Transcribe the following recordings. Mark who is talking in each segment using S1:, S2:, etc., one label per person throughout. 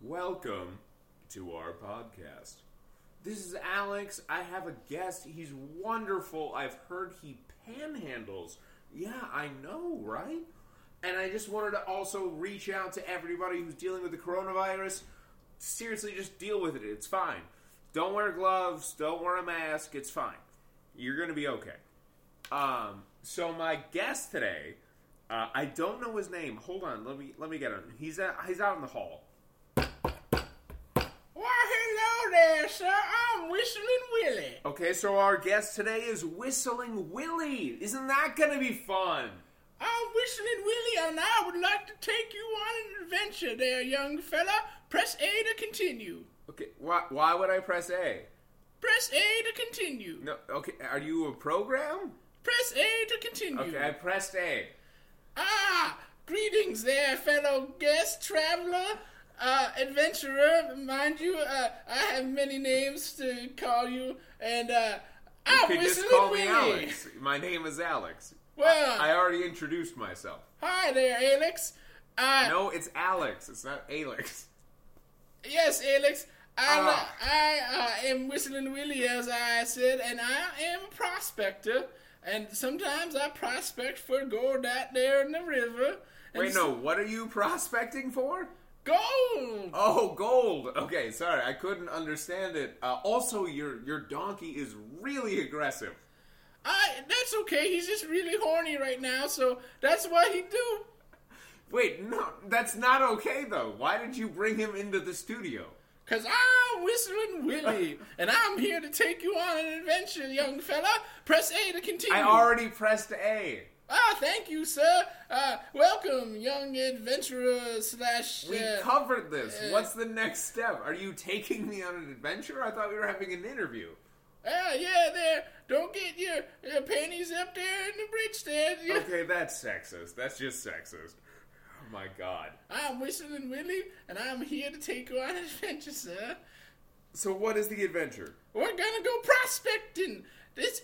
S1: Welcome to our podcast. This is Alex. I have a guest. He's wonderful. I've heard he panhandles. Yeah, I know, right? And I just wanted to also reach out to everybody who's dealing with the coronavirus. Seriously, just deal with it. It's fine. Don't wear gloves. Don't wear a mask. It's fine. You're going to be okay. Um, so my guest today, uh, I don't know his name. Hold on, let me let me get him. He's at, he's out in the hall.
S2: Well, hello there, sir. I'm Whistling Willie.
S1: Okay, so our guest today is Whistling Willie. Isn't that going to be fun?
S2: I'm Whistling Willie, and I would like to take you on an adventure there, young fella. Press A to continue.
S1: Okay, why why would I press A?
S2: Press A to continue.
S1: No, okay, are you a program?
S2: Press A to continue.
S1: Okay, I pressed A.
S2: Ah, greetings there, fellow guest, traveler, uh, adventurer. Mind you, uh, I have many names to call you, and uh,
S1: You
S2: I'm
S1: could just
S2: Whistling
S1: call
S2: Willie.
S1: me Alex. My name is Alex.
S2: Well-
S1: I, I already introduced myself.
S2: Hi there, Alex. Uh, I
S1: No, it's Alex. It's not Alex.
S2: Yes, Alex. I,
S1: Ah.
S2: I uh, am Whistling Willie, as I said, and I am a prospector. And sometimes I prospect for gold out there in the river. And
S1: Wait, no. What are you prospecting for?
S2: Gold!
S1: Oh, gold. Okay, sorry, I couldn't understand it. Uh, also, your your donkey is really aggressive.
S2: I, that's okay. He's just really horny right now, so that's what he do.
S1: Wait, no, that's not okay though. Why did you bring him into the studio?
S2: Cause I'm Whistling Willie, and I'm here to take you on an adventure, young fella. Press A to continue.
S1: I already pressed A.
S2: Ah, thank you, sir. Uh, welcome, young adventurer slash.
S1: We
S2: uh,
S1: covered this.
S2: Uh,
S1: What's the next step? Are you taking me on an adventure? I thought we were having an interview.
S2: Ah, yeah, there. Don't get your, your panties up there in the bridge there. You-
S1: Okay, that's sexist. That's just sexist. Oh my god.
S2: I'm Whistling Willie, and I'm here to take you on an adventure, sir.
S1: So what is the adventure?
S2: We're gonna go prospecting. It's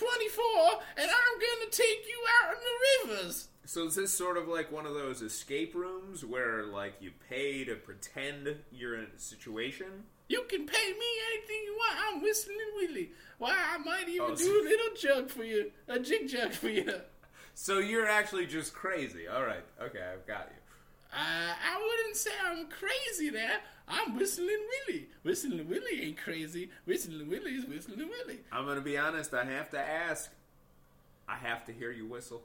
S2: 1824, and I'm gonna take you out in the rivers.
S1: So is this sort of like one of those escape rooms where like you pay to pretend you're in a situation?
S2: You can pay me anything you want. I'm Whistling Willie. Why, I might even
S1: Oh,
S2: do a little jug for you, a jig jug for you.
S1: So you're actually just crazy. All right. Okay, I've got you.
S2: Uh, I wouldn't say I'm crazy there. I'm Whistling Willie. Whistling Willie ain't crazy. Whistling Willie's Whistling Willie.
S1: I'm going to be honest, I have to ask. I have to hear you whistle.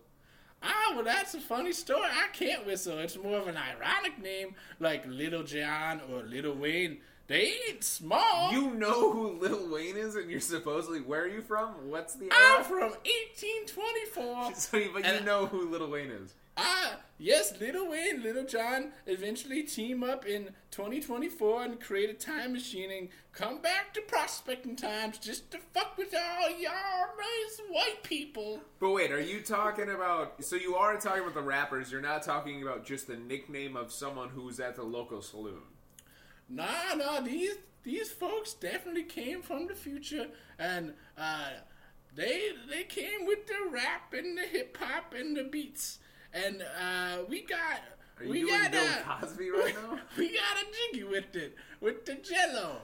S2: Ah, well, that's a funny story. I can't whistle. It's more of an ironic name, like Little John or Little Wayne. They ain't small.
S1: You know who Lil Wayne is and you're supposedly where are you from? What's the
S2: I'm
S1: era?
S2: from 1824.
S1: So you, but you
S2: and-
S1: know who Lil Wayne is.
S2: Ah, yes, Little Wayne, Little John eventually team up in 2024 and create a time machine and come back to prospecting times just to fuck with all y'all nice white people.
S1: But wait, are you talking about so you are talking about the rappers, you're not talking about just the nickname of someone who's at the local saloon.
S2: Nah, nah, these these folks definitely came from the future, and uh, they they came with the rap and the hip hop and the beats, and uh, we got
S1: Are you
S2: we
S1: doing
S2: got
S1: Bill
S2: uh,
S1: Cosby right now?
S2: We got a jiggy with it with the Jello.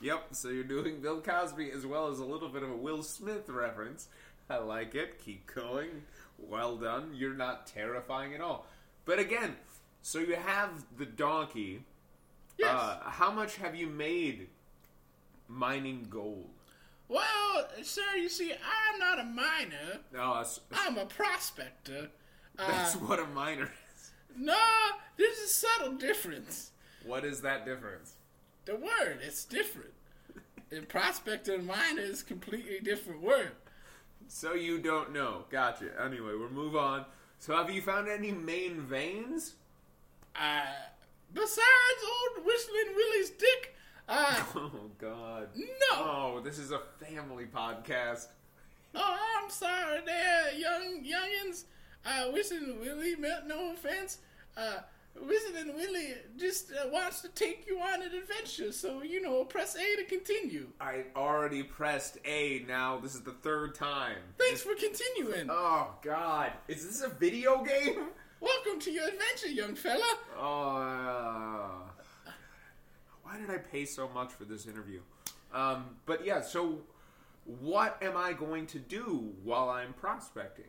S1: Yep, so you're doing Bill Cosby as well as a little bit of a Will Smith reference. I like it. Keep going. Well done. You're not terrifying at all. But again, so you have the donkey.
S2: Yes.
S1: Uh, how much have you made mining gold?
S2: Well, sir, you see, I'm not a miner.
S1: No, that's,
S2: I'm a prospector. Uh,
S1: that's what a miner is.
S2: no, there's a subtle difference.
S1: What is that difference?
S2: The word is different. And prospector and miner is completely different word.
S1: So you don't know. Gotcha. Anyway, we'll move on. So have you found any main veins?
S2: Uh, besides old Whistling Willie's dick, uh,
S1: Oh, God.
S2: no.
S1: Oh, this is a family podcast.
S2: Oh, I'm sorry there, young youngins. Uh, Whistling Willie meant no offense. Uh, Wizard and Willie just uh, wants to take you on an adventure, so you know, press A to continue.
S1: I already pressed A. Now this is the third time.
S2: Thanks for continuing.
S1: Oh God! Is this a video game?
S2: Welcome to your adventure, young fella.
S1: Oh. uh, why did I pay so much for this interview? Um, but yeah, so what am I going to do while I'm prospecting?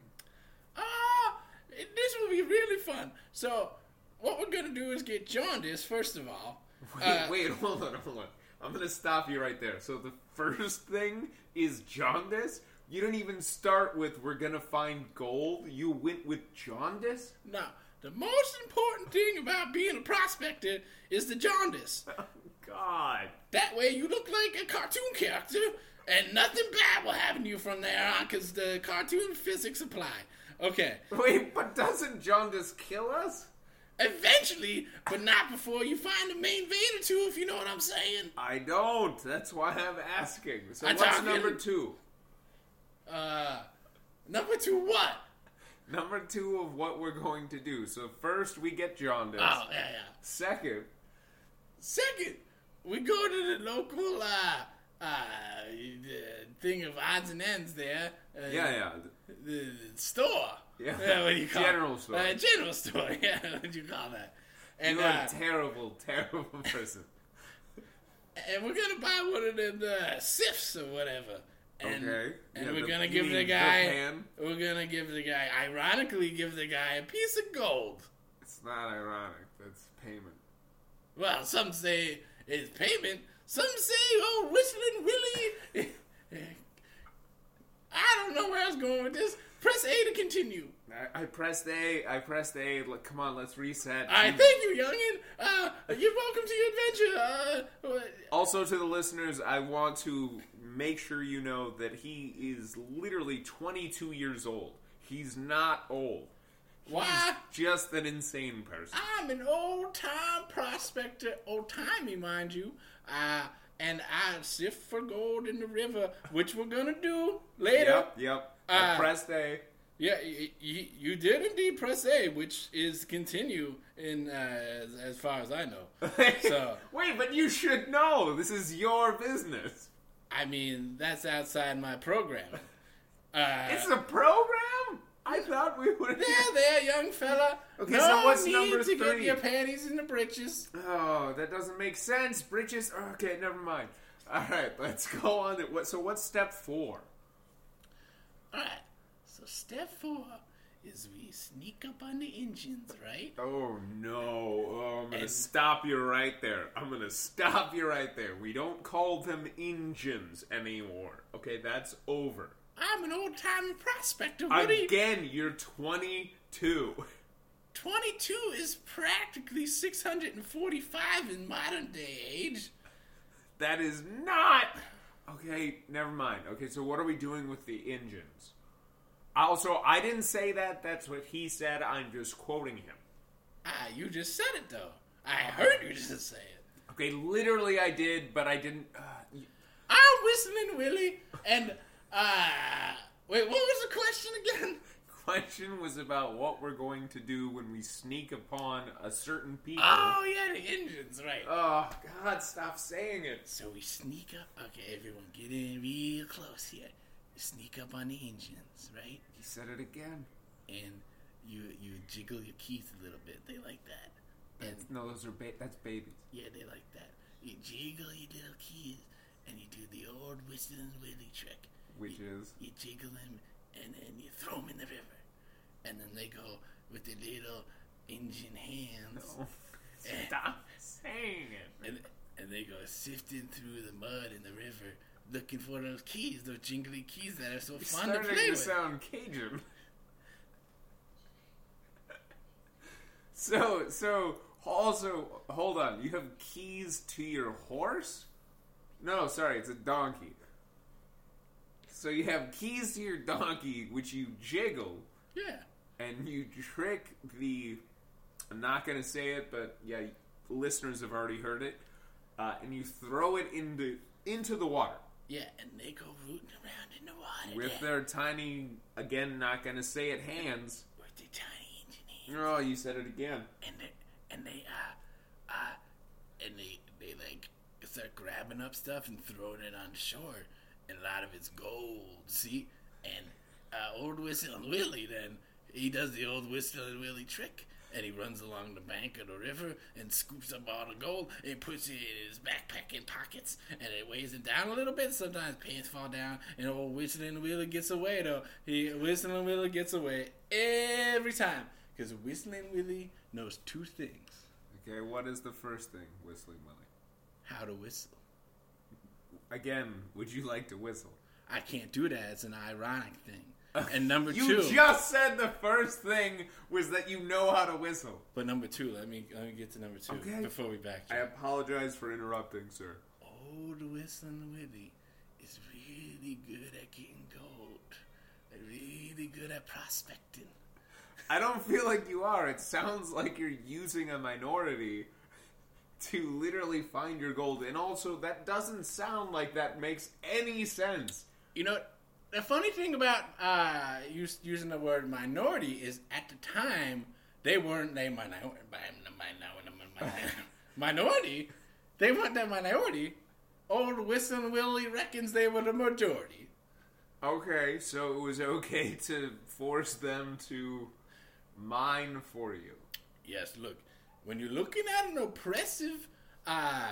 S2: Ah, it- this will be really fun. So, what we're gonna do is get jaundice first of all.
S1: Wait,
S2: Uh,
S1: wait, hold on, hold on. I'm gonna stop you right there. So the first thing is jaundice. You didn't even start with "we're gonna find gold." You went with jaundice.
S2: Now, the most important thing about being a prospector is the jaundice.
S1: Oh, God.
S2: That way, you look like a cartoon character, and nothing bad will happen to you from there on, because the cartoon physics apply. Okay.
S1: Wait, but doesn't jaundice kill us?
S2: Eventually, but not before you find the main vein or two, if you know what I'm saying.
S1: I don't. That's why I'm asking. So
S2: I
S1: what's
S2: talk-
S1: number two?
S2: Uh, number two, what?
S1: Number two of what we're going to do. So first we get jaundice.
S2: Oh, yeah, yeah.
S1: Second,
S2: Second, we go to the local uh, uh, the thing of odds and ends there. Uh,
S1: yeah, yeah,
S2: The, the store.
S1: Yeah.
S2: what do you call it?
S1: General store.
S2: Uh, general store. Yeah, what do you call that? And
S1: you're
S2: uh,
S1: a terrible, terrible person.
S2: and we're gonna buy one of them uh, sifs or whatever. And,
S1: okay.
S2: And
S1: Yeah,
S2: we're
S1: the-
S2: gonna
S1: you
S2: give
S1: mean
S2: the guy.
S1: pan?
S2: We're gonna give the guy. Ironically, give the guy a piece of gold.
S1: It's not ironic. That's payment.
S2: Well, some say it's payment. Some say, oh, whistling Willie. I don't know where I was going with this. Press A to continue.
S1: I, I pressed A. I pressed A. Look, come on, let's reset.
S2: All right, thank you, youngin. Uh, you're welcome to your adventure. Uh, uh,
S1: Also, to the listeners, I want to make sure you know that he is literally 22 years old. He's not old.
S2: why?
S1: Just an insane person.
S2: I'm an old time prospector, old timey, mind you. Uh, and I sift for gold in the river, which we're gonna do later.
S1: Yep, yep. I
S2: Uh,
S1: pressed A.
S2: Yeah, y- y- you did indeed press A, which is continue in uh, as, as far as I know. so-
S1: Wait, but you should know. This is your business.
S2: I mean, that's outside my program. Uh,
S1: It's a program? I thought we would.
S2: there, there, young fella.
S1: Okay,
S2: no
S1: so what's
S2: need
S1: number
S2: to get
S1: three?
S2: your panties in the britches.
S1: Oh, that doesn't make sense. Bridges. Okay, never mind. All right, let's go on. To what? So, what's step four?
S2: All right. So step four is we sneak up on the engines, right?
S1: Oh no! Oh, I'm gonna
S2: And-
S1: stop you right there. I'm gonna stop you right there. We don't call them engines anymore. Okay, that's over.
S2: I'm an old time prospector, Woody.
S1: Again, you're 22.
S2: 22 is practically 645 in modern day age.
S1: That is not. Okay, never mind. Okay, so what are we doing with the engines? Also, I didn't say that. That's what he said. I'm just quoting him.
S2: Ah, you just said it though. I heard you just say it.
S1: Okay, literally I did, but I didn't. Uh, y-
S2: I'm whistling Willie, and uh, wait, what was the question again?
S1: question was about what we're going to do when we sneak upon a certain people.
S2: Oh yeah, the engines, right?
S1: Oh, God, stop saying it.
S2: So we sneak up. Okay, everyone, get in real close here. You sneak up on the engines, right?
S1: He said it again.
S2: And you you jiggle your keys a little bit. They like that, and
S1: No, those are ba- that's babies.
S2: yeah, they like that. You jiggle your little keys, and you do the old whistling Willie trick.
S1: Which is
S2: you jiggle him and then you throw him in the river. And then they go with the little engine hands
S1: oh, stop saying it.
S2: and, and they go sifting through the mud in the river looking for those keys, those jingly keys that are so
S1: It's
S2: fun to
S1: starting
S2: play
S1: to
S2: with.
S1: sound Cajun. so, so also hold on. You have keys to your horse? No, sorry, it's a donkey. So you have keys to your donkey, which you jiggle,
S2: yeah.
S1: and you trick the. I'm not gonna say it, but yeah, listeners have already heard it. Uh, and you throw it in the into the water
S2: Yeah, and they go rooting around in the water
S1: with
S2: there
S1: their tiny, again, not gonna say it hands.
S2: with the tiny engine hands.
S1: Oh, you said it again.
S2: And, the, and they uh uh and they they like start grabbing up stuff and throwing it on shore, and a lot of it's gold. See, and uh, old Whistle and Willie then he does the old Whistle and Willie trick. And he runs along the bank of the river and scoops up all the gold and puts it in his backpack and pockets. And it weighs it down a little bit. Sometimes pants fall down. And old Whistle and Willie gets away, though. He Whistle and Willie gets away every time. Because Whistling Willie knows two things
S1: Okay, what is the first thing, Whistling Willie?
S2: how to whistle.
S1: Again, would you like to whistle?
S2: I can't do that. It's an ironic thing. And number
S1: Uh, You
S2: two,
S1: just said the first thing was that you know how to whistle.
S2: but number two, let me let me get to number two
S1: Okay.
S2: before we backtrack.
S1: I apologize for interrupting, sir.
S2: Old Whistling Willie is really good at getting gold. Really good at prospecting.
S1: I don't feel like you are. It sounds like you're using a minority to literally find your gold. And also, that doesn't sound like that makes any sense.
S2: You know, the funny thing about uh, us- using the word minority is at the time they weren't a minority. Minority, they weren't a minority. Old Whistling Willie reckons they were the majority.
S1: Okay, so it was okay to force them to mine for you.
S2: Yes, look, when you're looking at an oppressive, uh,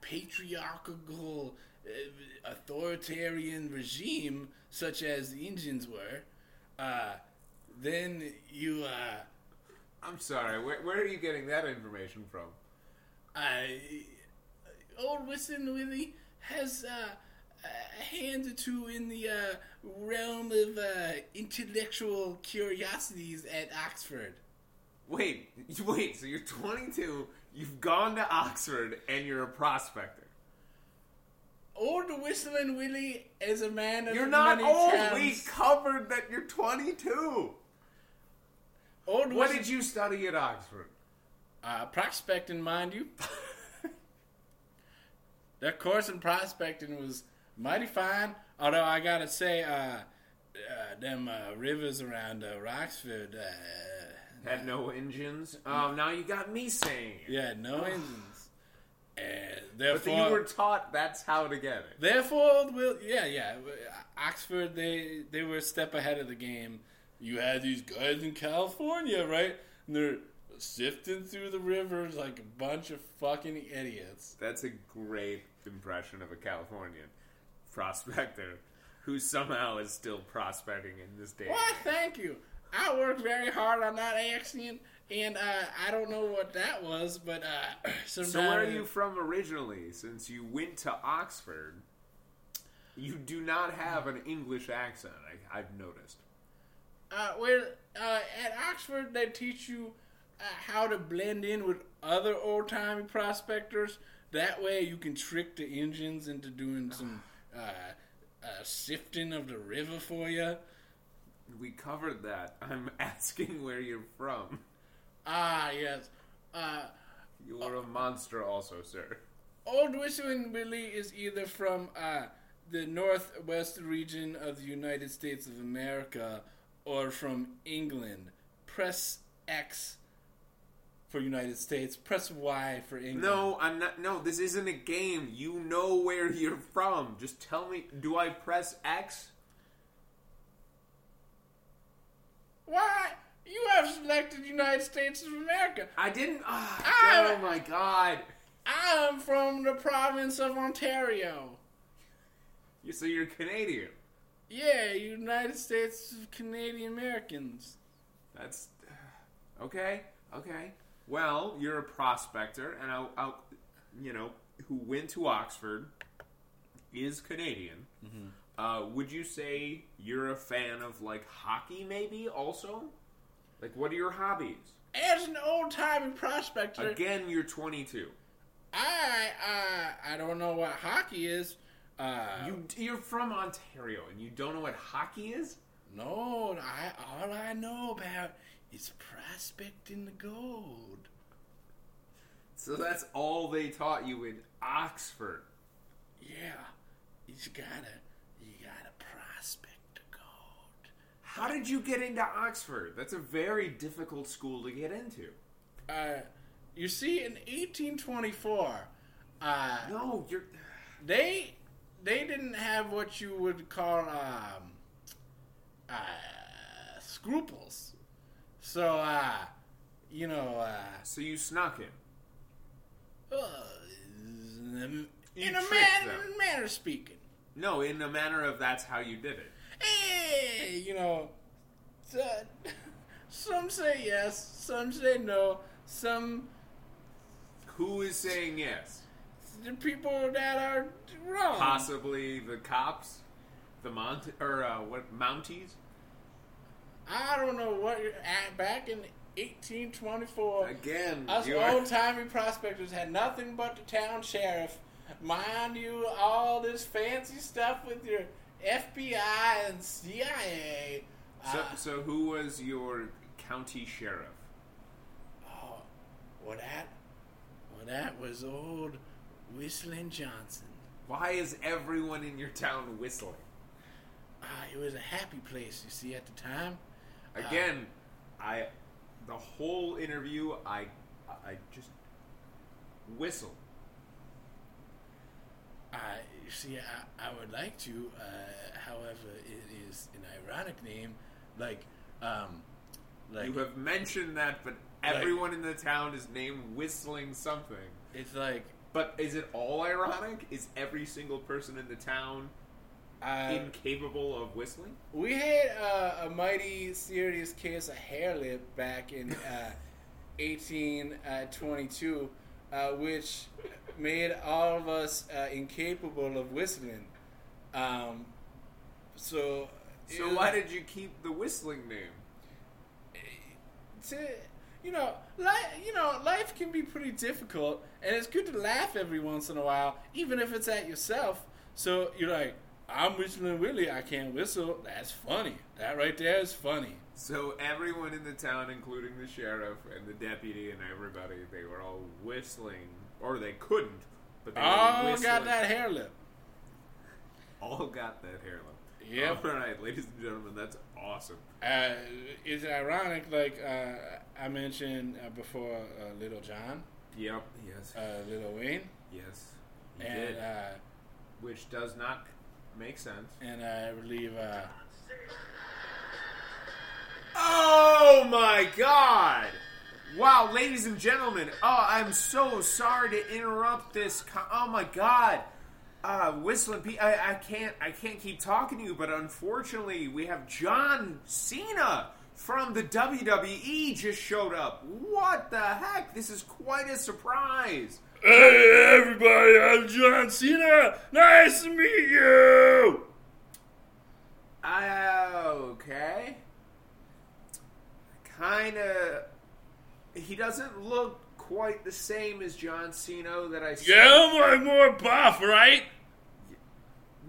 S2: patriarchal, uh, authoritarian regime such as the Indians were, uh, then you, uh,
S1: I'm sorry, where, where are you getting that information from?
S2: I, uh, old Winston Willie has uh, a hand or two in the uh, realm of uh, intellectual curiosities at Oxford.
S1: Wait, you- wait, so you're 22, you've gone to Oxford, and you're a prospector.
S2: Old Whistling Willie is a man of
S1: You're not
S2: many
S1: old!
S2: talents.
S1: We covered that you're 22!
S2: Old
S1: What
S2: Whistling-
S1: did you study at Oxford?
S2: Uh, prospecting, mind you. that course in prospecting was mighty fine. Although I gotta say, uh, uh, them uh, rivers around uh, Roxford, uh,
S1: Had no engines. Um, now you got me saying it.
S2: yeah, no engines. And
S1: But that you
S2: therefore,
S1: were taught that's how to get it.
S2: therefore, will yeah, yeah. Oxford, they they were a step ahead of the game. You had these guys in California, right? And they're sifting through the rivers like a bunch of fucking idiots.
S1: That's a great impression of a Californian prospector who somehow is still prospecting in this day.
S2: Why, thank you. I worked very hard on that accent, and uh, I don't know what that was, but uh, sometimes,
S1: So where are you from originally? Since you went to Oxford, you do not have an English accent. I, I've noticed.
S2: Uh, where uh, at Oxford they teach you uh, how to blend in with other old timey prospectors. That way you can trick the engines into doing some uh, uh, sifting of the river for you.
S1: We covered that. I'm asking where you're from.
S2: Ah, yes. Uh,
S1: You're a monster, also, sir.
S2: Old Whistling Willie is either from uh, the northwest region of the United States of America or from England. Press X for United States. Press Y for England.
S1: No, I'm not. No, this isn't a game. You know where you're from. Just tell me. Do I press X?
S2: Why? You have selected United States of America.
S1: I didn't. ah,
S2: Ah!
S1: oh my god.
S2: I am from the province of Ontario.
S1: You- So you're Canadian.
S2: Yeah, United States of Canadian Americans.
S1: That's uh, okay. Okay. Well, you're a prospector, and I'll, I'll you know, who went to Oxford, is Canadian. Uh, would you say you're a fan of like hockey, maybe? Also, like, what are your hobbies?
S2: As an old timey prospector,
S1: Again, you're 22.
S2: I I I don't know what hockey is. Uh,
S1: You, you're from Ontario, and you don't know what hockey is?
S2: no, I all I know about is prospecting the gold.
S1: So that's all they taught you in Oxford.
S2: Yeah, you gotta you gotta prospect the gold.
S1: How did you get into Oxford? That's a very difficult school to get into.
S2: Uh, You see, in 1824, uh,
S1: No, you're.
S2: they they didn't have what you would call um, uh, scruples. So, uh, you know, uh,
S1: So you snuck him.
S2: uh, in a
S1: tricked
S2: man,
S1: them.
S2: manner of speaking,
S1: No, in the manner of that's how you did it.
S2: hey, you know, so, some say yes, some say no, some
S1: Who is saying yes?
S2: the people that are wrong.
S1: Possibly the cops, the Mont or uh, what Mounties?
S2: I don't know what you're at back in 1824.
S1: Again,
S2: Us
S1: you are-
S2: old timey prospectors had nothing but the town sheriff. Mind you, all this fancy stuff with your FBI and CIA.
S1: So,
S2: Uh,
S1: so who was your county sheriff?
S2: oh, well, that, well, that was old Whistling Johnson.
S1: Why is everyone in your town whistling?
S2: Ah, it was a happy place, you see, at the time.
S1: Ah.
S2: Ah,
S1: Again, I the whole interview I I just whistle.
S2: I ah, you see. I, I would like to, uh, however, it is an ironic name, like, um, like
S1: You have mentioned that, but everyone in the town is named whistling something.
S2: it's like
S1: But is it all ironic? Is every single person in the town
S2: uh,
S1: incapable of whistling?
S2: we had uh, a mighty serious case of hair lip back in uh, eighteen uh, twenty-two, uh, which made all of us uh, incapable of whistling. Um, so,
S1: So why did you keep the whistling name?
S2: to you know life you know life can be pretty difficult and it's good to laugh every once in a while even if it's at yourself so you're like i'm whistling willie i can't whistle that's funny that right there is funny
S1: So everyone in the town, including the sheriff and the deputy and everybody, they were all whistling, or they couldn't, but they were
S2: oh
S1: whistling.
S2: got that hair lip
S1: All got that hair lip.
S2: Yep.
S1: All right, ladies and gentlemen, that's awesome.
S2: uh, it's ironic like uh, i mentioned uh, before uh, little john
S1: Yep. Yes.
S2: uh, little wayne
S1: yes. You
S2: and
S1: did,
S2: uh,
S1: which does not make sense.
S2: and i believe uh,
S1: Oh my god! Wow, ladies and gentlemen, oh, I'm so sorry to interrupt this. Co- oh my god, uh, whistling, Pete, I, I can't, I can't keep talking to you, but unfortunately, we have John Cena from the WWE just showed up. What the heck? This is quite a surprise.
S2: Hey everybody, I'm John Cena. Nice to meet you.
S1: Okay. Kind of. He doesn't look quite the same as John Cena that I see.
S2: Yeah, I'm like more buff, right?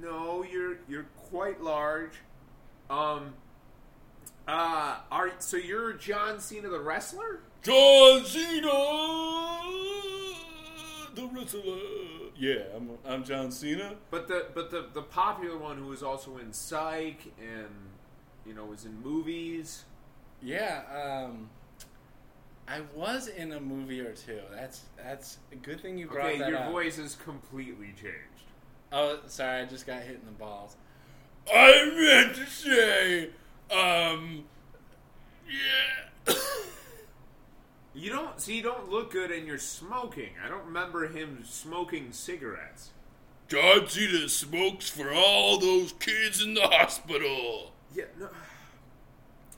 S1: No, you're you're quite large. Um. Uh. Are so you're John Cena the wrestler?
S2: John Cena, the wrestler. Yeah, I'm, I'm John Cena.
S1: But the but the the popular one who was also in Psych and you know was in movies.
S2: Yeah, um, I was in a movie or two. That's that's a good thing you brought
S1: Okay,
S2: that
S1: your
S2: up.
S1: voice has completely changed.
S2: Oh, sorry, I just got hit in the balls. I meant to say, um, yeah.
S1: You don't see. You don't look good, and you're smoking. I don't remember him smoking cigarettes.
S2: John Cena smokes for all those kids in the hospital.
S1: Yeah. No.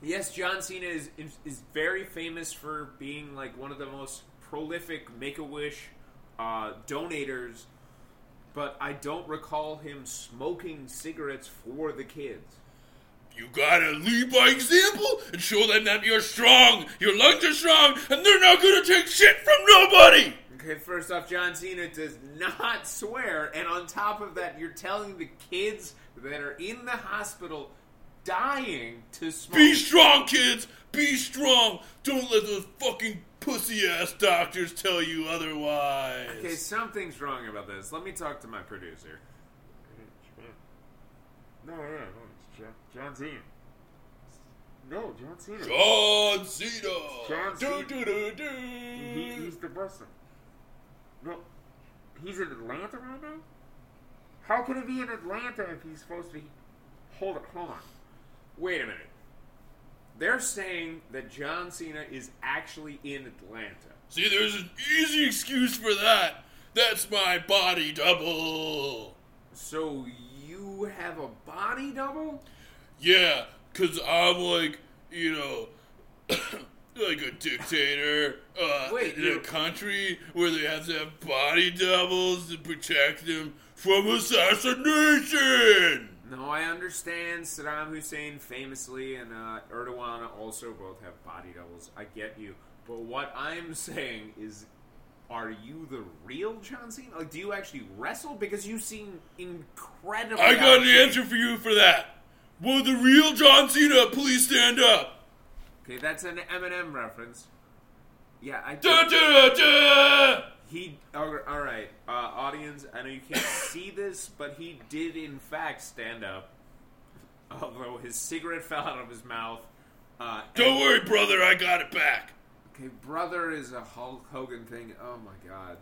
S1: Yes, John Cena is is- is very famous for being like one of the most prolific Make a Wish uh, donators, but I don't recall him smoking cigarettes for the kids.
S2: You gotta lead by example and show them that you're strong, your lungs are strong, and they're not gonna take shit from nobody!
S1: Okay, first off, John Cena does not swear, and on top of that, you're telling the kids that are in the hospital dying to smoke.
S2: Be strong, kids! Be strong! Don't let those fucking pussy ass doctors tell you otherwise.
S1: Okay, something's wrong about this. Let me talk to my producer. No, no, no, it's John Cena. No, John Cena.
S2: John Cena.
S1: John
S2: do,
S1: Cena. Mm-hmm.
S2: do, do, do.
S1: He, he's depressing. No, he's in Atlanta right now. How could he be in Atlanta if he's supposed to? Be... Hold it, hold on. Wait a minute. They're saying that John Cena is actually in Atlanta.
S2: See, there's an easy excuse for that. That's my body double.
S1: So you have a body double?
S2: Yeah, because I'm like, you know, like a dictator uh,
S1: Wait,
S2: in a
S1: you're-
S2: country where they have to have body doubles to protect them from assassination.
S1: No, I understand Saddam Hussein famously and uh, Erdogan also both have body doubles. I get you. But what I'm saying is, are you the real John Cena? Like, do you actually wrestle? Because you seem incredibly.
S2: I
S1: out
S2: got
S1: of
S2: an
S1: shape.
S2: answer for you for that. Will the real John Cena please stand up?
S1: Okay, that's an Eminem reference. Yeah, I.
S2: Da, da, da.
S1: He. All all right, uh, audience. I know you can't see this, but he did in fact stand up. Although his cigarette fell out of his mouth. Uh,
S2: Don't worry, brother, I got it back.
S1: Okay, brother is a Hulk Hogan thing. Oh my god.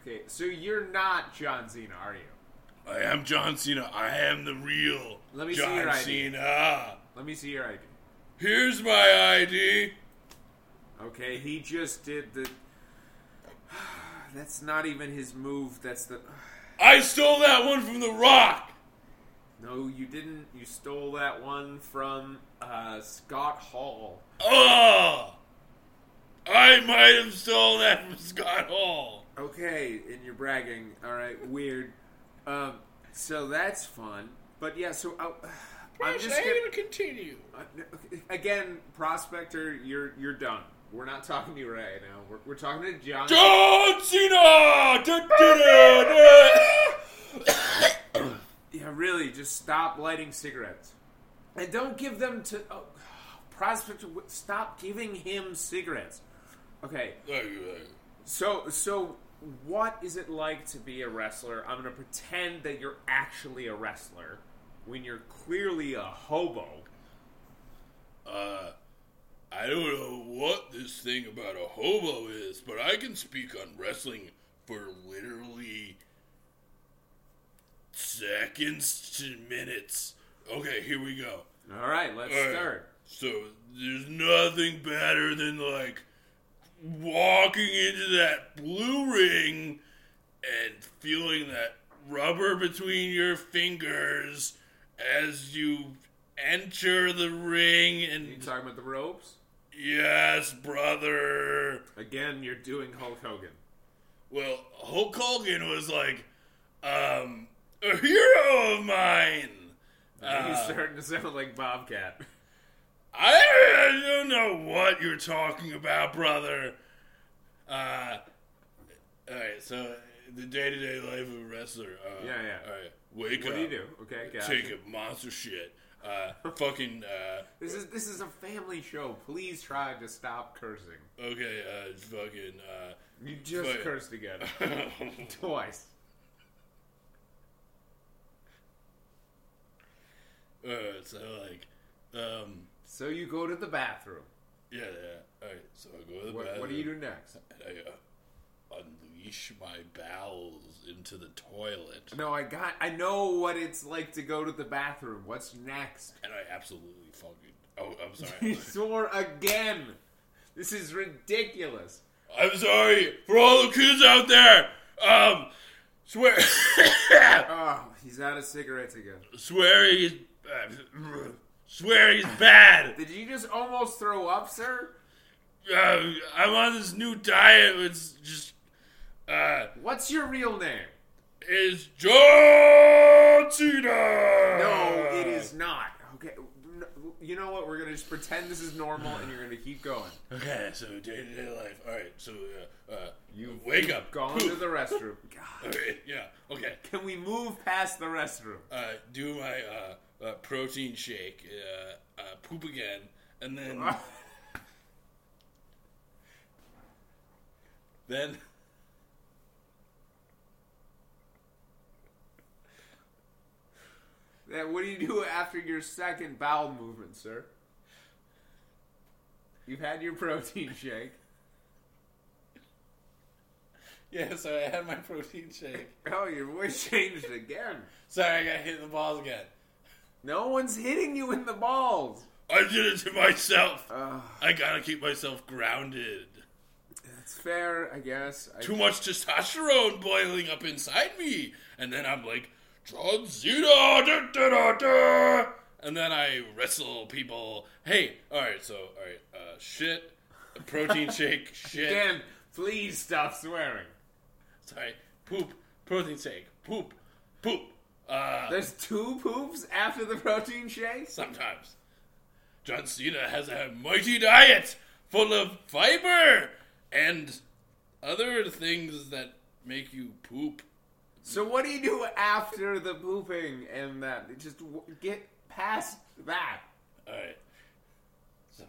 S1: Okay, so you're not John Cena, are you?
S2: I am John Cena. I am the real
S1: Let me see
S2: John
S1: your ID.
S2: Cena.
S1: Let me see your ID.
S2: Here's my ID.
S1: Okay, he just did the. That's not even his move. That's the.
S2: I stole that one from The Rock.
S1: No, you didn't. You stole that one from uh, Scott Hall.
S2: Oh, I might have stolen that from Scott Hall.
S1: Okay, and you're bragging. All right, weird. Um, so that's fun. But yeah, so I, I'm just. gonna-
S2: continue.
S1: Uh, Again, prospector, you're you're done. We're not talking to you right now. We're, we're talking to John.
S2: John Cena. Da, da, da, da.
S1: Yeah, really, just stop lighting cigarettes, and don't give them to oh, prospector. w- Stop giving him cigarettes. Okay,
S2: Thank you, thank you.
S1: so so what is it like to be a wrestler? I'm gonna pretend that you're actually a wrestler when you're clearly a hobo.
S2: Uh, I don't know what this thing about a hobo is, but I can speak on wrestling for literally seconds to minutes. Okay, here we go.
S1: All right, let's
S2: All right.
S1: start.
S2: So there's nothing better than like walking into that blue ring and feeling that rubber between your fingers as you enter the ring
S1: You
S2: and
S1: talking about the ropes?
S2: yes, brother.
S1: Again, you're doing Hulk Hogan.
S2: Well, Hulk Hogan was like um a hero of mine.
S1: He's
S2: Uh,
S1: starting to sound like Bobcat.
S2: I, I don't know what you're talking about, brother. Uh, all right, so the day to day life of a wrestler. Uh,
S1: Yeah, yeah.
S2: All right, wake
S1: What
S2: up.
S1: do you do? Okay, got
S2: Take
S1: it.
S2: a monster shit. Uh, fucking. Uh,
S1: This is this is a family show. Please try to stop cursing.
S2: okay, uh, fucking.
S1: You just
S2: Right.
S1: cursed again
S2: Uh,
S1: twice.
S2: uh, so like, um,
S1: So you go to the bathroom.
S2: yeah, yeah. All right, so I go to the
S1: What,
S2: bathroom.
S1: what do you do next?
S2: And I uh, unleash my bowels into the toilet.
S1: No, I got. I know what it's like to go to the bathroom. What's next?
S2: And I absolutely fucking. Oh, I'm
S1: You
S2: sorry.
S1: swore again. This is ridiculous.
S2: I'm sorry for all the kids out there. Um, swear,
S1: Oh, he's out of cigarettes again.
S2: swearing is uh, swearing is bad.
S1: Did you just almost throw up, sir?
S2: Uh, I'm on this new diet. It's just uh,
S1: What's your real name?
S2: is John Cena.
S1: No, it is not. Okay, n- you know what? We're gonna just pretend this is normal, and you're gonna keep going.
S2: Okay, so day to day life. All right, so uh, uh,
S1: You-
S2: wake up.
S1: Gone
S2: poop.
S1: to the restroom. God,
S2: All right, yeah. Okay.
S1: can we move past the restroom?
S2: uh, do my uh, uh, protein shake, uh, uh, poop again, and then then
S1: That- what do you do after your second bowel movement, sir? You've had your protein shake.
S2: Yeah, so I had my protein shake.
S1: Oh, your voice changed again.
S2: Sorry, I got hit in the balls again.
S1: No one's hitting you in the balls.
S2: I did it to myself.
S1: Ugh,
S2: I gotta keep myself grounded.
S1: it's fair, I guess. I,
S2: Too much testosterone boiling up inside me, and then I'm like John Cena, da, da, da, da. and then I wrestle people. Hey, all right, so all right, uh, shit, protein shake, shit.
S1: Dan, please stop swearing.
S2: Sorry, poop, protein shake, poop, poop. Uh,
S1: There's two poops after the protein shake?
S2: Sometimes. John Cena has a mighty diet full of fiber and other things that make you poop.
S1: So what do you do after the pooping and that? Just w- get past that.
S2: Alright. So,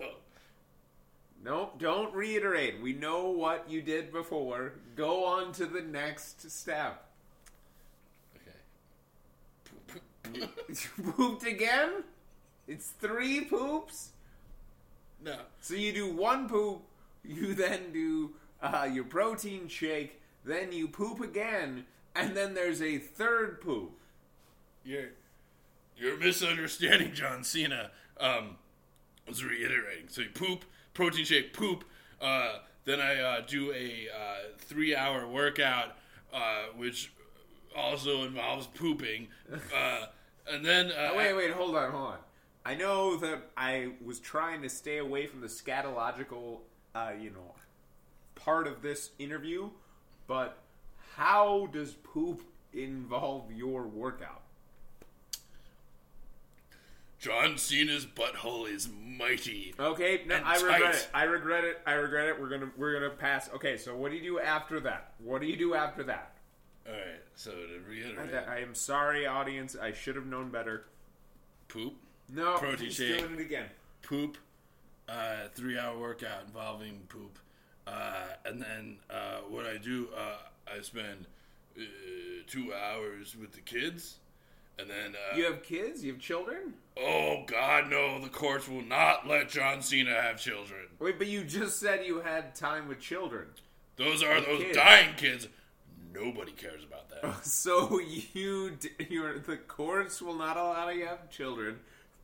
S1: No, don't reiterate. We know what you did before. Go on to the next step.
S2: okay.
S1: You pooped again? It's three poops?
S2: no.
S1: So you do one poop, you then do uh, your protein shake, then you poop again, and then there's a third poop.
S2: You're you're misunderstanding John Cena. Um I was reiterating. So you poop, protein shake, poop. Uh, then I uh, do a uh, three-hour workout, uh, which also involves pooping. Uh, and then uh,
S1: Oh, Wait, wait, hold on, hold on. I know that I was trying to stay away from the scatological, uh, you know, part of this interview, but how does poop involve your workout?
S2: John Cena's butthole is mighty.
S1: Okay, no,
S2: And
S1: I regret
S2: tight.
S1: it. I regret it. I regret it. We're gonna we're gonna pass. Okay, so what do you do after that? What do you do after that?
S2: All right. So to
S1: I,
S2: reiterate,
S1: I am sorry, audience. I should have known better.
S2: poop,
S1: No,
S2: Protein
S1: he's
S2: shake.
S1: doing it again.
S2: poop, uh, three-hour workout involving poop, uh, and then uh, what I do, uh, I spend uh, two hours with the kids, and then uh,
S1: You have kids. You have children.
S2: oh God, no, the courts will not let John Cena have children.
S1: Wait, but you just said you had time with children.
S2: Those are those
S1: kids.
S2: dying kids. Nobody cares about that.
S1: So you, d- you're, the courts will not allow you to have children.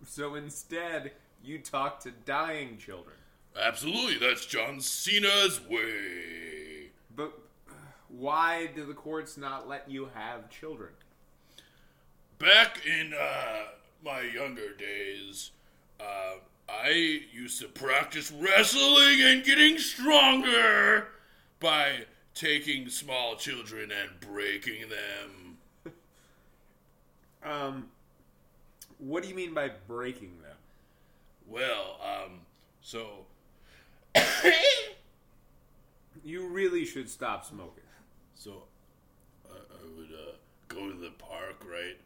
S1: So instead, you talk to dying children.
S2: Absolutely, that's John Cena's way.
S1: But uh, why do the courts not let you have children?
S2: Back in uh, my younger days, uh, I used to practice wrestling and getting stronger by taking small children and breaking them.
S1: Um, what do you mean by breaking them?
S2: Well, um, so.
S1: You really should stop smoking.
S2: so, I, I would uh, go to the park, right?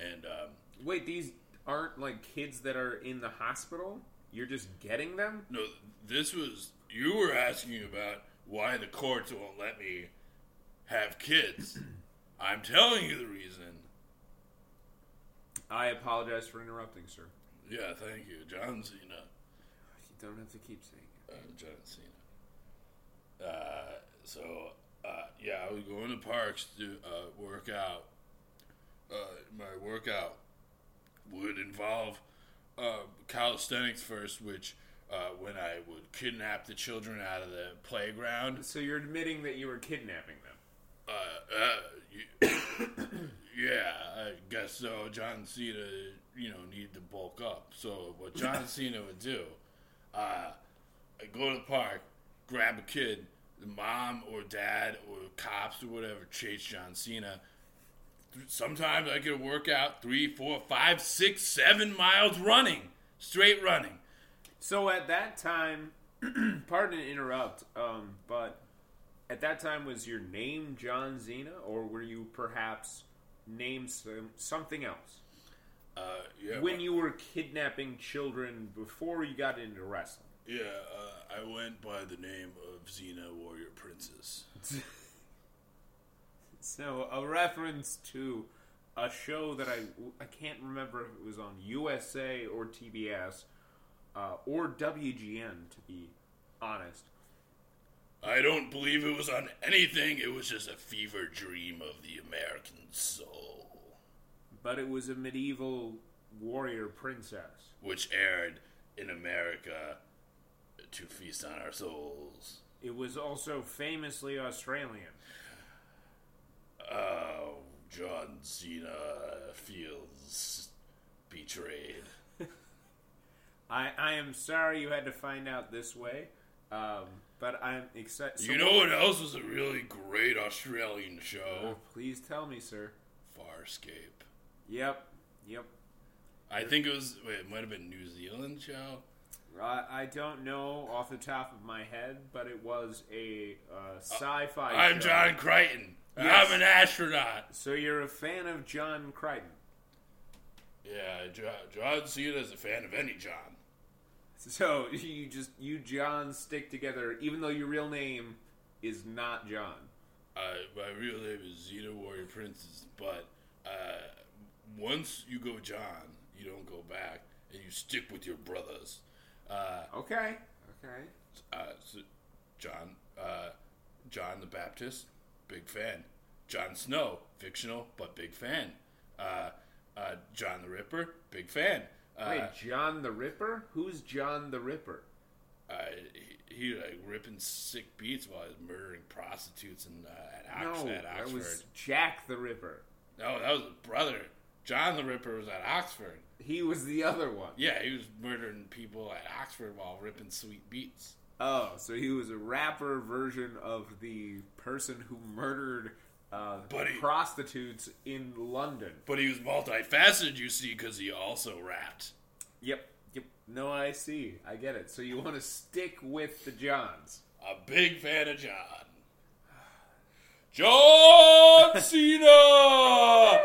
S2: And um,
S1: Wait, these aren't like kids that are in the hospital? You're just getting them?
S2: No, this was you were asking about why the courts won't let me have kids. I'm telling you the reason.
S1: I apologize for interrupting, sir.
S2: Yeah, thank you, John Cena.
S1: You don't have to keep saying it.
S2: Uh, John Cena. Uh, so uh, yeah, I was going to parks to uh, work out. Uh, my workout would involve uh, calisthenics first, which uh, when I would kidnap the children out of the playground.
S1: So you're admitting that you were kidnapping them.
S2: Uh, uh, y- yeah, I guess so. John Cena, you know, needed to bulk up. So what John Cena would do, uh, I'd go to the park, grab a kid, the mom or dad or cops or whatever chase John Cena. Th- Sometimes I could work out three, four, five, six, seven miles running, straight running.
S1: So at that time, pardon to interrupt, um, but at that time was your name John Cena, or were you perhaps named some, something else
S2: Uh, yeah,
S1: when you were kidnapping children before you got into wrestling?
S2: yeah, uh, I went by the name of Xena Warrior Princess.
S1: So a reference to a show that I I can't remember if it was on USA or TBS, uh, or WGN, to be honest.
S2: I don't believe it was on anything. It was just a fever dream of the American soul,
S1: But it was a medieval warrior princess.
S2: which aired in America to feast on our souls.
S1: It was also famously Australian.
S2: Oh, John Cena feels betrayed.
S1: I, I am sorry you had to find out this way, um, but I'm excited.
S2: you know what else was a really great Australian show?
S1: uh, please tell me, sir.
S2: Farscape.
S1: Yep, yep.
S2: I think it was. Wait, it might have been New Zealand show.
S1: I, Uh, I don't know off the top of my head, but it was a uh, sci-fi.
S2: I'm
S1: show.
S2: John Crichton.
S1: Yes.
S2: I'm an astronaut.
S1: So you're a fan of John Crichton?
S2: Yeah, John, John Cena is a fan of any John.
S1: So you just you John stick together, even though your real name is not John.
S2: I, Uh, my real name is Zeta Warrior Princess, but uh, once you go John, you don't go back, and you stick with your brothers. Uh,
S1: Okay, okay.
S2: uh, so John, uh, John the Baptist, big fan. John Snow, fictional but big fan. Uh, uh, John the Ripper, big fan. Uh,
S1: Wait, John the Ripper? Who's John the Ripper?
S2: I, he, he like ripping sick beats while he was murdering prostitutes in, uh, at, Ox-
S1: No,
S2: at Oxford.
S1: that was Jack the Ripper.
S2: No, that was his brother. John the Ripper was at Oxford.
S1: He was the other one.
S2: Yeah, he was murdering people at Oxford while ripping sweet beats.
S1: Oh, so he was a rapper version of the person who murdered uh,
S2: Buddy.
S1: prostitutes in London.
S2: But he was multifaceted, you see, because he also rapped.
S1: Yep, yep. No, I see. I get it. So you want to stick with the Johns.
S2: A big fan of John. John Cena!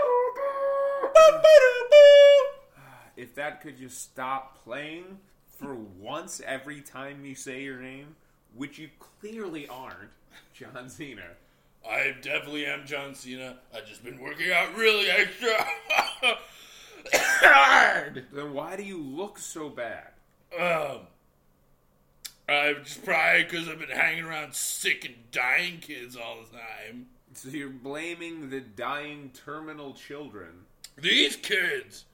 S1: If that could just stop playing for once every time you say your name, which you clearly aren't, John Cena.
S2: I definitely am John Cena. I've just been working out really extra hard.
S1: Then why do you look so bad?
S2: Um, I'm just probably because I've been hanging around sick and dying kids all the time.
S1: So you're blaming the dying terminal children.
S2: These kids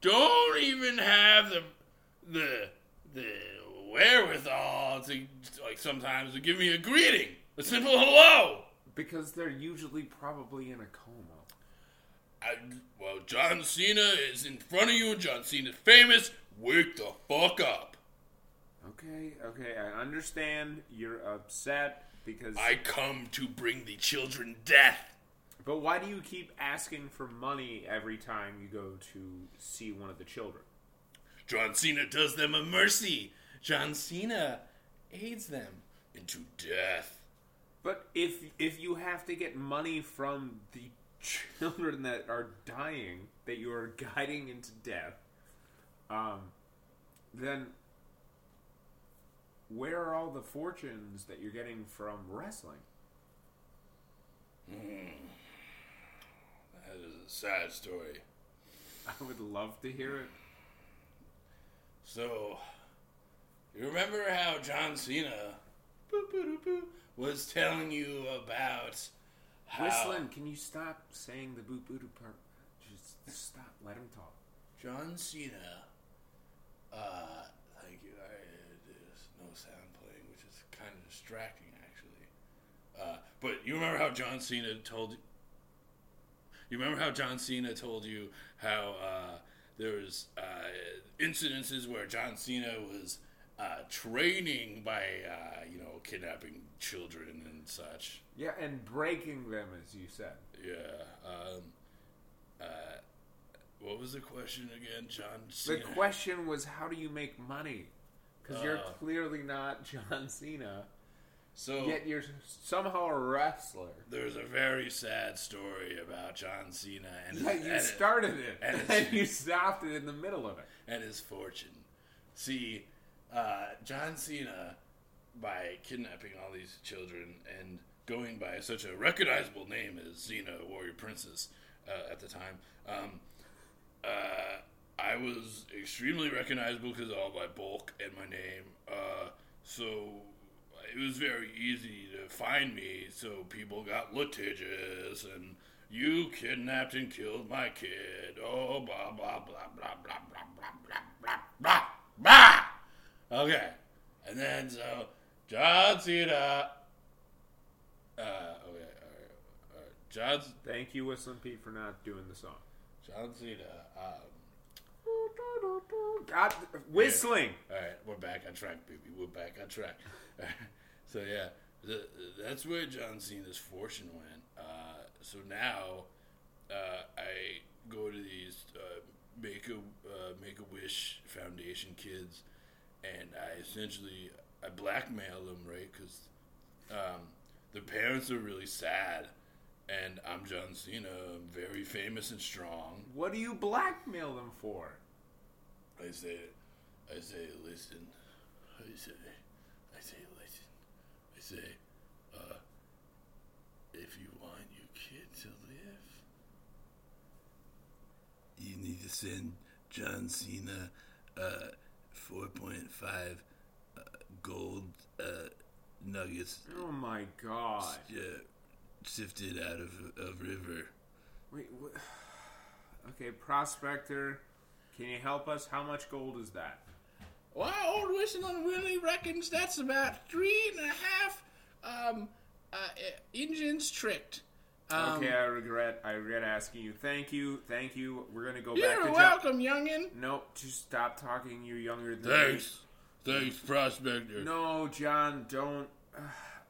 S2: don't even have the the the wherewithal to like sometimes to give me a greeting, a simple hello.
S1: Because they're usually probably in a coma.
S2: I, well, John Cena is in front of you. John Cena's famous. Wake the fuck up.
S1: Okay, okay, I understand you're upset because.
S2: I come to bring the children death.
S1: but why do you keep asking for money every time you go to see one of the children?
S2: John Cena does them a mercy. John Cena aids them into death.
S1: But if if you have to get money from the children that are dying, that you are guiding into death, um, then where are all the fortunes that you're getting from wrestling?
S2: That is a sad story.
S1: I would love to hear it.
S2: So, you remember how John Cena boop, boop, boop, boop, was telling you about how
S1: Whistling, can you stop saying the boo boo doo part? Just stop. Let him talk.
S2: John Cena? Uh, thank you. I, there's no sound playing, which is kind of distracting, actually. Uh, but you remember how John Cena told you remember how John Cena told you how uh, there was uh, incidences where John Cena was uh, training by uh, you know kidnapping children and such.
S1: Yeah, and breaking them, as you said.
S2: Yeah. Um, uh, what was the question again, John
S1: The
S2: Cena?
S1: question was, how do you make money? Because you're
S2: Uh.
S1: clearly not John Cena,
S2: so
S1: yet you're somehow a wrestler.
S2: there's a very sad story about John Cena and his,
S1: Yeah, you
S2: and-
S1: started it,
S2: and
S1: and,
S2: it's-
S1: you stopped it in the middle of it.
S2: and his fortune. See, uh, John Cena, by kidnapping all these children and going by such a recognizable name as Cena, Warrior Princess, uh, at the time, um, uh, I was extremely recognizable because of all my bulk and my name. Uh, so it was very easy to find me. So people got litigious and you kidnapped and killed my kid. Oh, blah, blah, blah, blah, blah, blah, blah, blah, blah, blah, blah. Okay. And then so John Cena. Uh, okay. All right. All right. John,
S1: Thank you, Whistling Pete, for not doing the song.
S2: John Cena. Um,
S1: God, whistling.
S2: All right, we're back on track, baby. We're back on track. so yeah, the, that's where John Cena's fortune went. Uh, so now, uh, I go to these uh, make a uh, Make a Wish Foundation kids, and I essentially I blackmail them, right? Because um, the parents are really sad, and I'm John Cena, I'm very famous and strong.
S1: What do you blackmail them for?
S2: I say, I say, listen. I say, I say, listen. I say, uh, if you want your kid to live, you need to send John Cena, uh, 4.5 uh, gold uh, nuggets
S1: Oh my god.
S2: uh, sifted out of a river.
S1: Wait, what? Okay, prospector, can you help us? How much gold is that?
S2: Well, old Whistling Willie reckons that's about three and a half um, uh, engines tricked. Um,
S1: okay, I regret. I regret asking you. Thank you. Thank you. We're gonna go back to.
S2: You're
S1: John-
S2: welcome, youngin.
S1: No, just stop talking. You're younger than
S2: Thanks. Thanks, prospector.
S1: me. No, John, don't.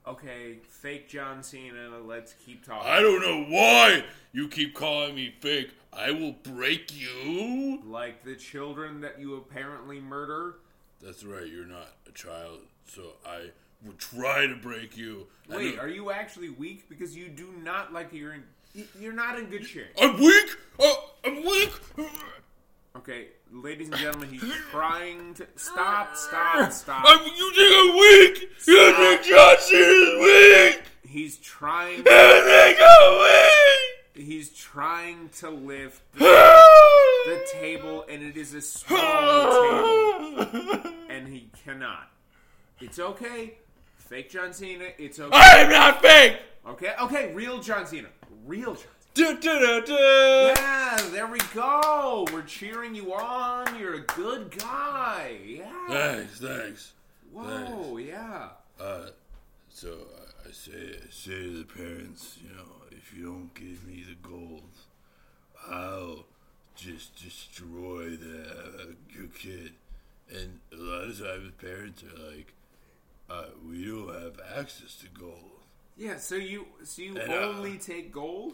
S1: Okay, fake John Cena. Let's keep talking.
S2: I don't know why you keep calling me fake. I will break you.
S1: like the children that you apparently murder.
S2: That's right, you're not a child, so I will try to break you. I
S1: Wait,
S2: know-
S1: are you actually weak? Because you do not like you're in. You're not in good shape.
S2: I'm weak. Oh, I'm weak.
S1: Okay, ladies and gentlemen, he's trying to stop, stop, stop.
S2: I'm, you think I'm weak? You think Johnson is weak?
S1: He's trying.
S2: You think I'm weak?
S1: He's trying to lift the
S2: the
S1: table, and it is a small table. and he cannot. It's okay. Fake John Cena. It's okay.
S2: I'm not fake.
S1: Okay. Okay. Real John Cena. Real John. Cena.
S2: Du, du, du, du.
S1: Yeah. There we go. We're cheering you on. You're a good guy. Yeah.
S2: Thanks, thanks.
S1: Whoa. Yeah.
S2: Uh, so I, I say, I say to the parents, you know, if you don't give me the gold, I'll just destroy the uh, your kid. And a lot of times, parents are like, uh, "We don't have access to gold.
S1: Yeah. So you. So you
S2: And, uh,
S1: only take gold.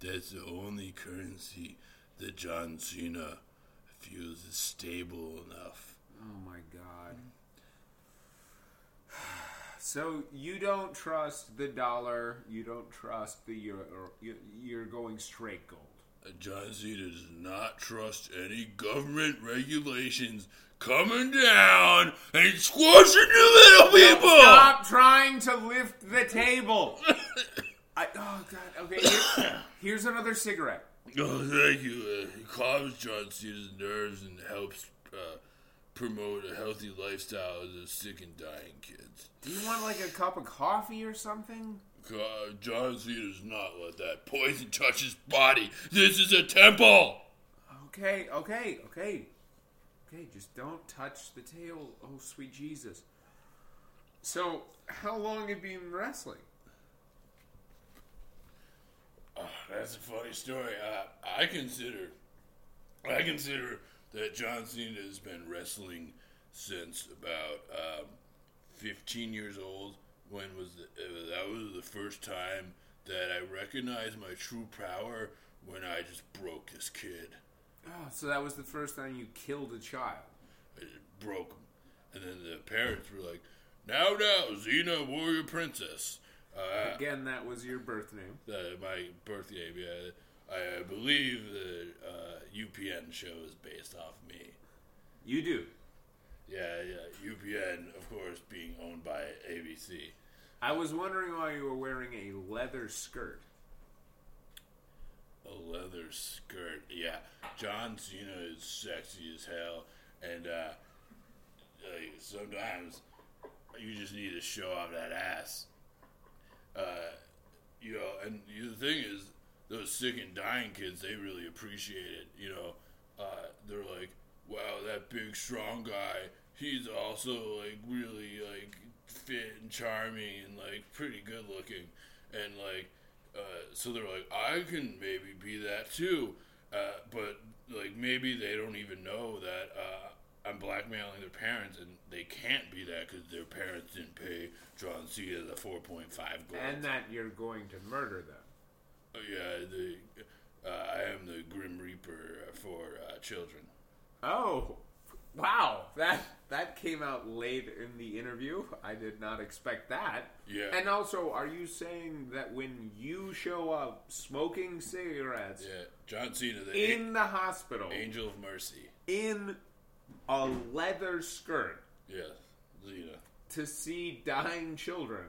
S2: That's the only currency that John Cena feels is stable enough."
S1: Oh my god. So you don't trust the dollar. You don't trust the euro. you- You're going straight gold.
S2: John Cena does not trust any government regulations coming down and squashing the little people.
S1: Stop trying to lift the table. I, oh God. Okay. here- here's another cigarette.
S2: Oh, thank you. Uh, it calms John Cena's nerves and helps uh, promote a healthy lifestyle of the sick and dying kids.
S1: Do you want like a cup of coffee or something?
S2: Uh, John Cena does not let that poison touch his body. This is a temple.
S1: Okay. Okay. Okay. Okay. Just don't touch the table. Oh, sweet Jesus. So, how long have you been wrestling?
S2: That's a funny story. I, I consider, I consider that John Cena has been wrestling since about um, 15 years old. When was the, uh, that was the first time that I recognized my true power when I just broke this kid.
S1: Oh, so that was the first time you killed a child.
S2: I just broke him, and then the parents were like, "Now, now, Xena, warrior princess." Uh,
S1: Again, that was your birth name.
S2: uh, my birth name. Yeah, I, I believe the uh, UPN show is based off me.
S1: You do.
S2: Yeah, yeah. UPN, of course, being owned by ABC.
S1: I was wondering why you were wearing a leather skirt.
S2: A leather skirt. Yeah, John Cena is sexy as hell, and uh, like sometimes you just need to show off that ass. Uh, you know, and you- the thing is, those sick and dying kids, they really appreciate it. You know, uh, they're like, wow, that big strong guy, he's also like really like fit and charming and like pretty good looking, and like, uh, so they're like, I can maybe be that too, uh, but like maybe they don't even know that. Uh, I'm blackmailing their parents, and they can't be that because their parents didn't pay John Cena the 4.5 gold.
S1: and that you're going to murder them.
S2: Oh, Yeah, the uh, I am the Grim Reaper for uh, children.
S1: Oh, wow! That that came out late in the interview. I did not expect that.
S2: Yeah.
S1: And also, are you saying that when you show up smoking cigarettes
S2: Yeah, John Cena, the
S1: in the hospital
S2: a- Angel of Mercy.
S1: in a leather skirt
S2: Yes, Cena.
S1: to see dying children,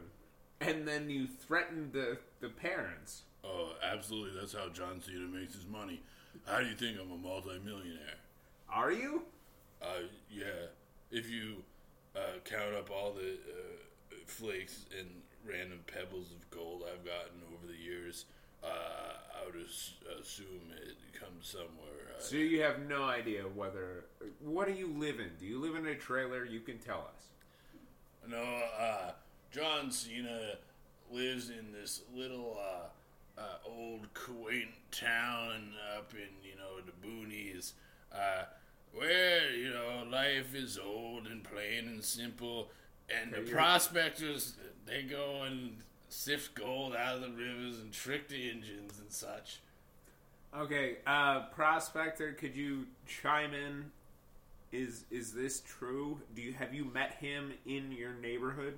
S1: and then you threaten the the parents?
S2: Oh, absolutely. That's how John Cena makes his money. How do you think I'm a multimillionaire?
S1: Are you?
S2: Uh, yeah. If you uh, count up all the uh, flakes and random pebbles of gold I've gotten over the years, uh, I would as- assume it comes somewhere. Uh,
S1: So you have no idea whether. What do you live in? Do you live in a trailer? You can tell us.
S2: No, uh, John Cena lives in this little uh, uh, old quaint town up in you know the boonies, uh, where you know life is old and plain and simple, and the
S1: you're-
S2: prospectors they go and sift gold out of the rivers and trick the Indians and such.
S1: Okay, uh, prospector, could you chime in? Is is this true? Do you have you met him in your neighborhood?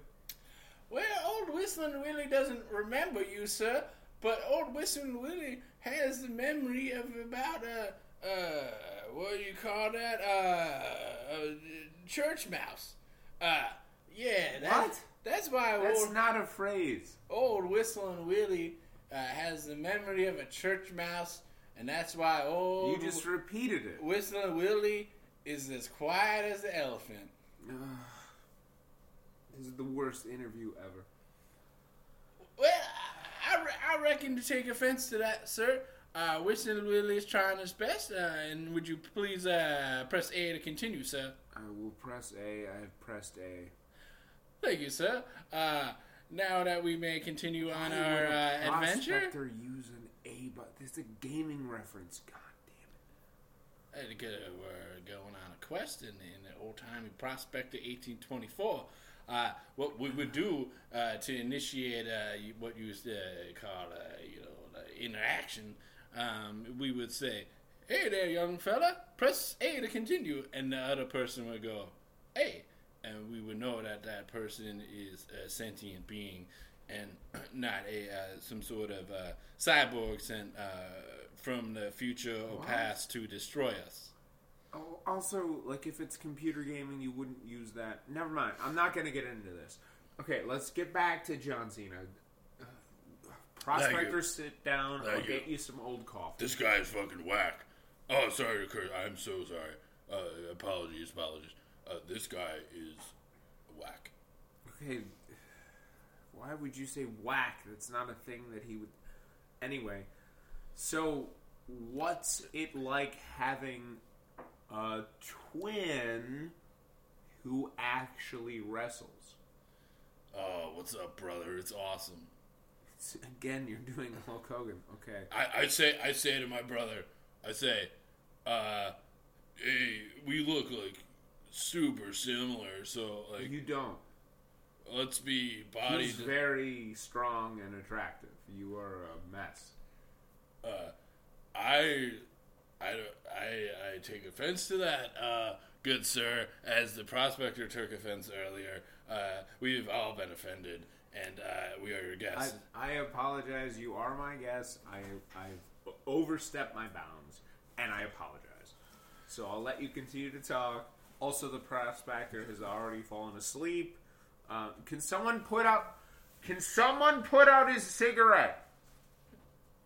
S2: Well, old Whistling Willie doesn't remember you, sir, but old Whistling Willie has the memory of about a uh, what do you call that? Uh, a church mouse. Uh, yeah. That's,
S1: What?
S2: That's why
S1: That's
S2: old,
S1: not a phrase.
S2: old Whistling Willie uh, has the memory of a church mouse, and that's why
S1: You
S2: old
S1: just repeated it.
S2: Whistling Willie is as quiet as the elephant.
S1: This is the worst interview ever.
S2: Well, I, re- I reckon to take offense to that, sir. Uh, Winston Willie is trying his best, uh, and would you please uh, press A to continue, sir?
S1: I will press A. I have pressed A.
S2: Thank you, sir. Uh, now that we may continue on our uh, adventure,
S1: Prospector use an A, but this is a gaming reference. God damn
S2: I had to get a- we're going on a quest in, in the old timey prospector 1824. Uh, what we would do uh, to initiate uh, you- what you uh, call uh, you know the interaction, um, we would say, "Hey there, young fella, press A to continue," and the other person would go, "A," and we would know that that person is a sentient being and not a uh, some sort of uh, cyborg sent uh, from the future or past to destroy us.
S1: it. Oh, also, like if it's computer gaming, you wouldn't use that. Never mind. I'm not going to get into this. Okay, let's get back to John Cena. Uh, Prospector, sit down.
S2: Thank
S1: I'll get
S2: you.
S1: you some old coffee.
S2: This guy is fucking whack. Oh, sorry to curse. I'm so sorry. Uh, apologies, apologies. Uh, this guy is whack.
S1: Okay, why would you say whack? That's not a thing that he would. Anyway, so what's it like having a twin who actually wrestles?
S2: Oh, what's up, brother? It's awesome.
S1: It's- again, you're doing Hulk Hogan. Okay.
S2: I, I say I say to my brother, I say, uh, hey, we look like super similar. So like,
S1: You don't.
S2: let's
S1: He's
S2: be bodies.
S1: very strong and attractive. You are a mess.
S2: I, I, don't- I, I take offense to that, uh, good sir. As the prospector took offense earlier, uh, we've all been offended, and uh, we are your
S1: I,
S2: guests.
S1: I apologize. You are my guest. I, I've overstepped my bounds, and I apologize. So I'll let you continue to talk. Also, the prospector has already fallen asleep. Uh, can someone put out? Can someone put out his cigarette?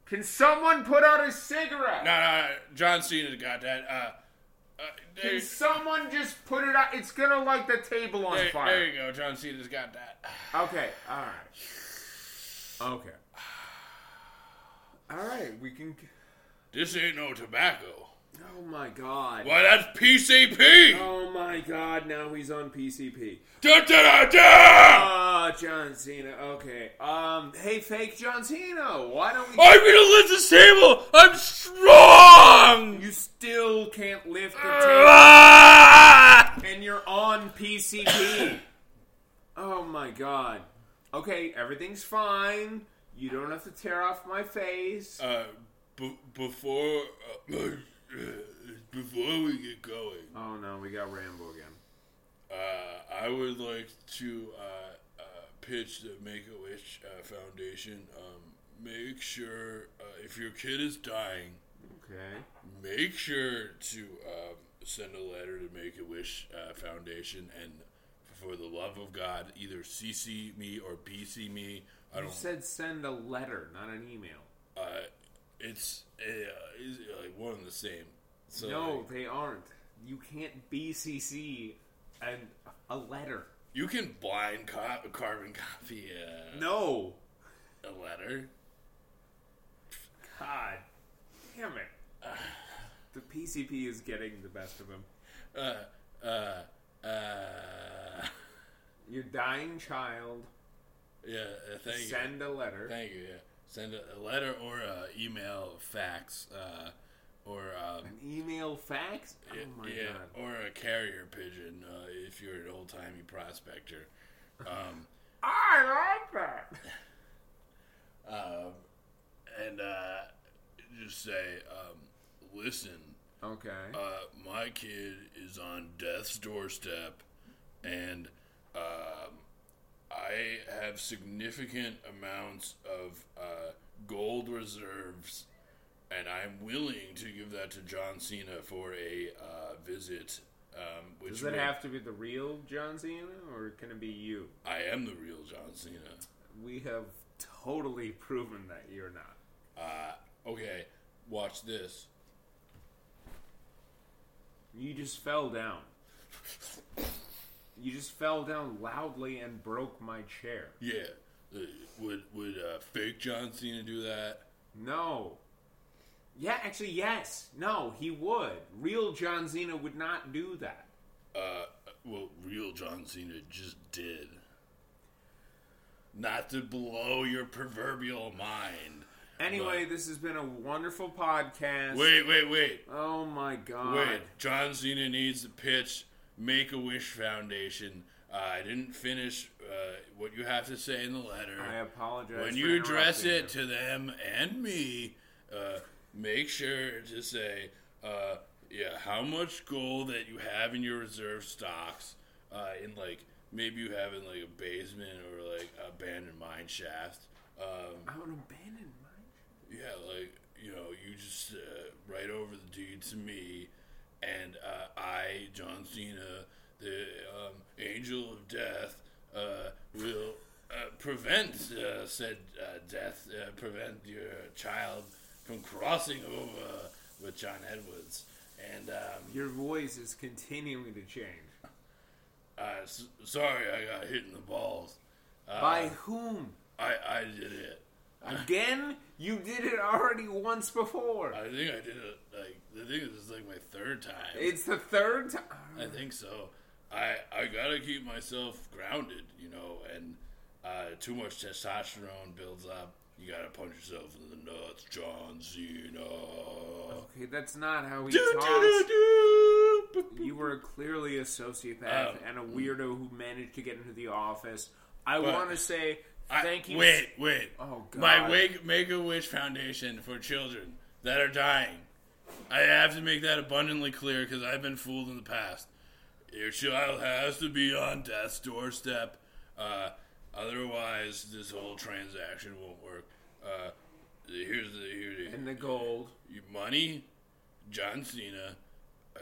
S1: Can someone put out a cigarette?
S2: No, no, John Cena got that. Uh, uh, there,
S1: Can someone just put it out? It's gonna light the table on
S2: there-
S1: fire.
S2: there you go. John Cena's got that.
S1: Okay, all right. Okay. All right, we can.
S2: This ain't no tobacco.
S1: Oh my god.
S2: Why, that's PCP.
S1: Oh my god, now he's on PCP.
S2: Da, da, da, da.
S1: Ah, John Cena. Okay. Um, hey, fake John Cena. Why don't we.
S2: I'm gonna lift this table. I'm strong.
S1: You still can't lift the
S2: Uh!
S1: table,
S2: Ah!
S1: and you're on PCP. oh my god. Okay, everything's fine. You don't have to tear off my face.
S2: Uh, b- before uh, before we get going,
S1: oh no, we got Rambo again.
S2: uh, I would like to uh, uh, pitch the Make a Wish uh, Foundation. Um, make sure uh, if your kid is dying,
S1: Okay.
S2: make sure to um, send a letter to Make a Wish uh, Foundation and. For the love of God, either CC me or BC me. I
S1: You
S2: don't
S1: said send a letter, not an email.
S2: uh, it's uh, is- uh, like one and the same. So
S1: No,
S2: like,
S1: they aren't. You can't BCC and a letter.
S2: you can blind co- carbon copy a,
S1: No.
S2: a letter.
S1: God. Damn it. The PCP is getting the best of him.
S2: Uh, uh, uh,
S1: Your dying child,
S2: yeah, uh, thank you,
S1: send a letter.
S2: thank you. Yeah, send a, a letter or a email, fax, uh, or um,
S1: An email fax? Oh my
S2: yeah,
S1: god.
S2: or a carrier pigeon uh, if you're an old timey prospector. Um,
S1: I like that.
S2: um, and uh, just say, um, listen.
S1: Okay.
S2: uh, my kid is on death's doorstep, and um, I have significant amounts of uh, gold reserves, and I'm willing to give that to John Cena for a uh, visit. Um, which
S1: Does it
S2: would-
S1: have to be the real John Cena or can it be you?
S2: I am the real John Cena.
S1: We have totally proven that you're not.
S2: Uh, okay, watch this.
S1: You just fell down. You just fell down loudly and broke my chair.
S2: Yeah, uh, would would uh, fake John Cena do that?
S1: No. Yeah, actually, yes. No, he would. Real John Cena would not do that.
S2: Uh, well, real John Cena just did. Not to blow your proverbial mind.
S1: Anyway, this has been a wonderful podcast.
S2: Wait, wait, wait,
S1: Oh my god.
S2: wait. John Cena needs to pitch Make a Wish Foundation. Uh, I didn't finish uh, what you have to say in the letter.
S1: I apologize.
S2: when
S1: for
S2: you address
S1: interrupting
S2: it
S1: you.
S2: to them and me, uh, make sure to say, uh, yeah, how much gold that you have in your reserve stocks, uh, in like maybe you have in like a basement or like abandoned mine shaft. Um,
S1: I would abandon mine.
S2: yeah, like you know, you just uh, write over the deed to me, and uh, I, John Cena, the um, angel of death, uh, will uh, prevent uh, said uh, death, uh, prevent your child from crossing over with John Edwards, and um,
S1: Your voice is continuing to change.
S2: uh, s- sorry, I got hit in the balls. Uh,
S1: By whom?
S2: I I did it.
S1: Again? You did it already once before.
S2: I think I did it. Like I think this is like my third time.
S1: It's the third time.
S2: I think so. I I gotta keep myself grounded, you know, and uh, too much testosterone builds up. You gotta punch yourself in the nuts, John Cena.
S1: Okay, that's not how he
S2: Do, do,
S1: talks.
S2: do, do. Boop, boop.
S1: You were clearly a sociopath
S2: Um,
S1: and a weirdo who managed to get into the office. I
S2: But-
S1: want to say
S2: I-
S1: thank you.
S2: Wait, wait.
S1: Oh,
S2: My
S1: God.
S2: Wake, Make a Wish Foundation for children that are dying. I have to make that abundantly clear because I've been fooled in the past. Your child has to be on death's doorstep. Uh, otherwise, this whole transaction won't work. Uh, here's the here's the,
S1: And the gold.
S2: your money, John Cena, uh,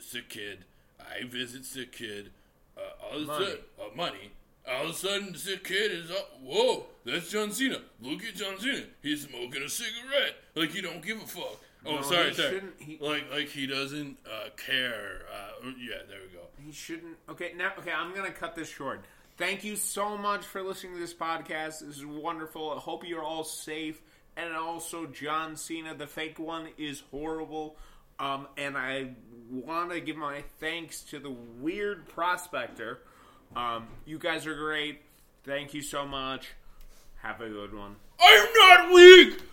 S2: sick kid. I visit sick kid. Uh, all this
S1: Money.
S2: uh, money. All of a sudden, this kid is up. Whoa, that's John Cena. Look at John Cena. He's smoking a cigarette. Like he don't give a fuck. Oh,
S1: No,
S2: sorry,
S1: he
S2: sorry.
S1: shouldn't- he-
S2: Like, like he doesn't uh, care. Uh, yeah, there we go.
S1: He shouldn't. Okay, now, okay, I'm going to cut this short. Thank you so much for listening to this podcast. This is wonderful. I hope you're all safe. And also, John Cena, the fake one, is horrible. Um, and I want to give my thanks to the weird prospector. Um, you guys are great. Thank you so much. Have a good one.
S2: I am not weak. Ah!
S1: Ah!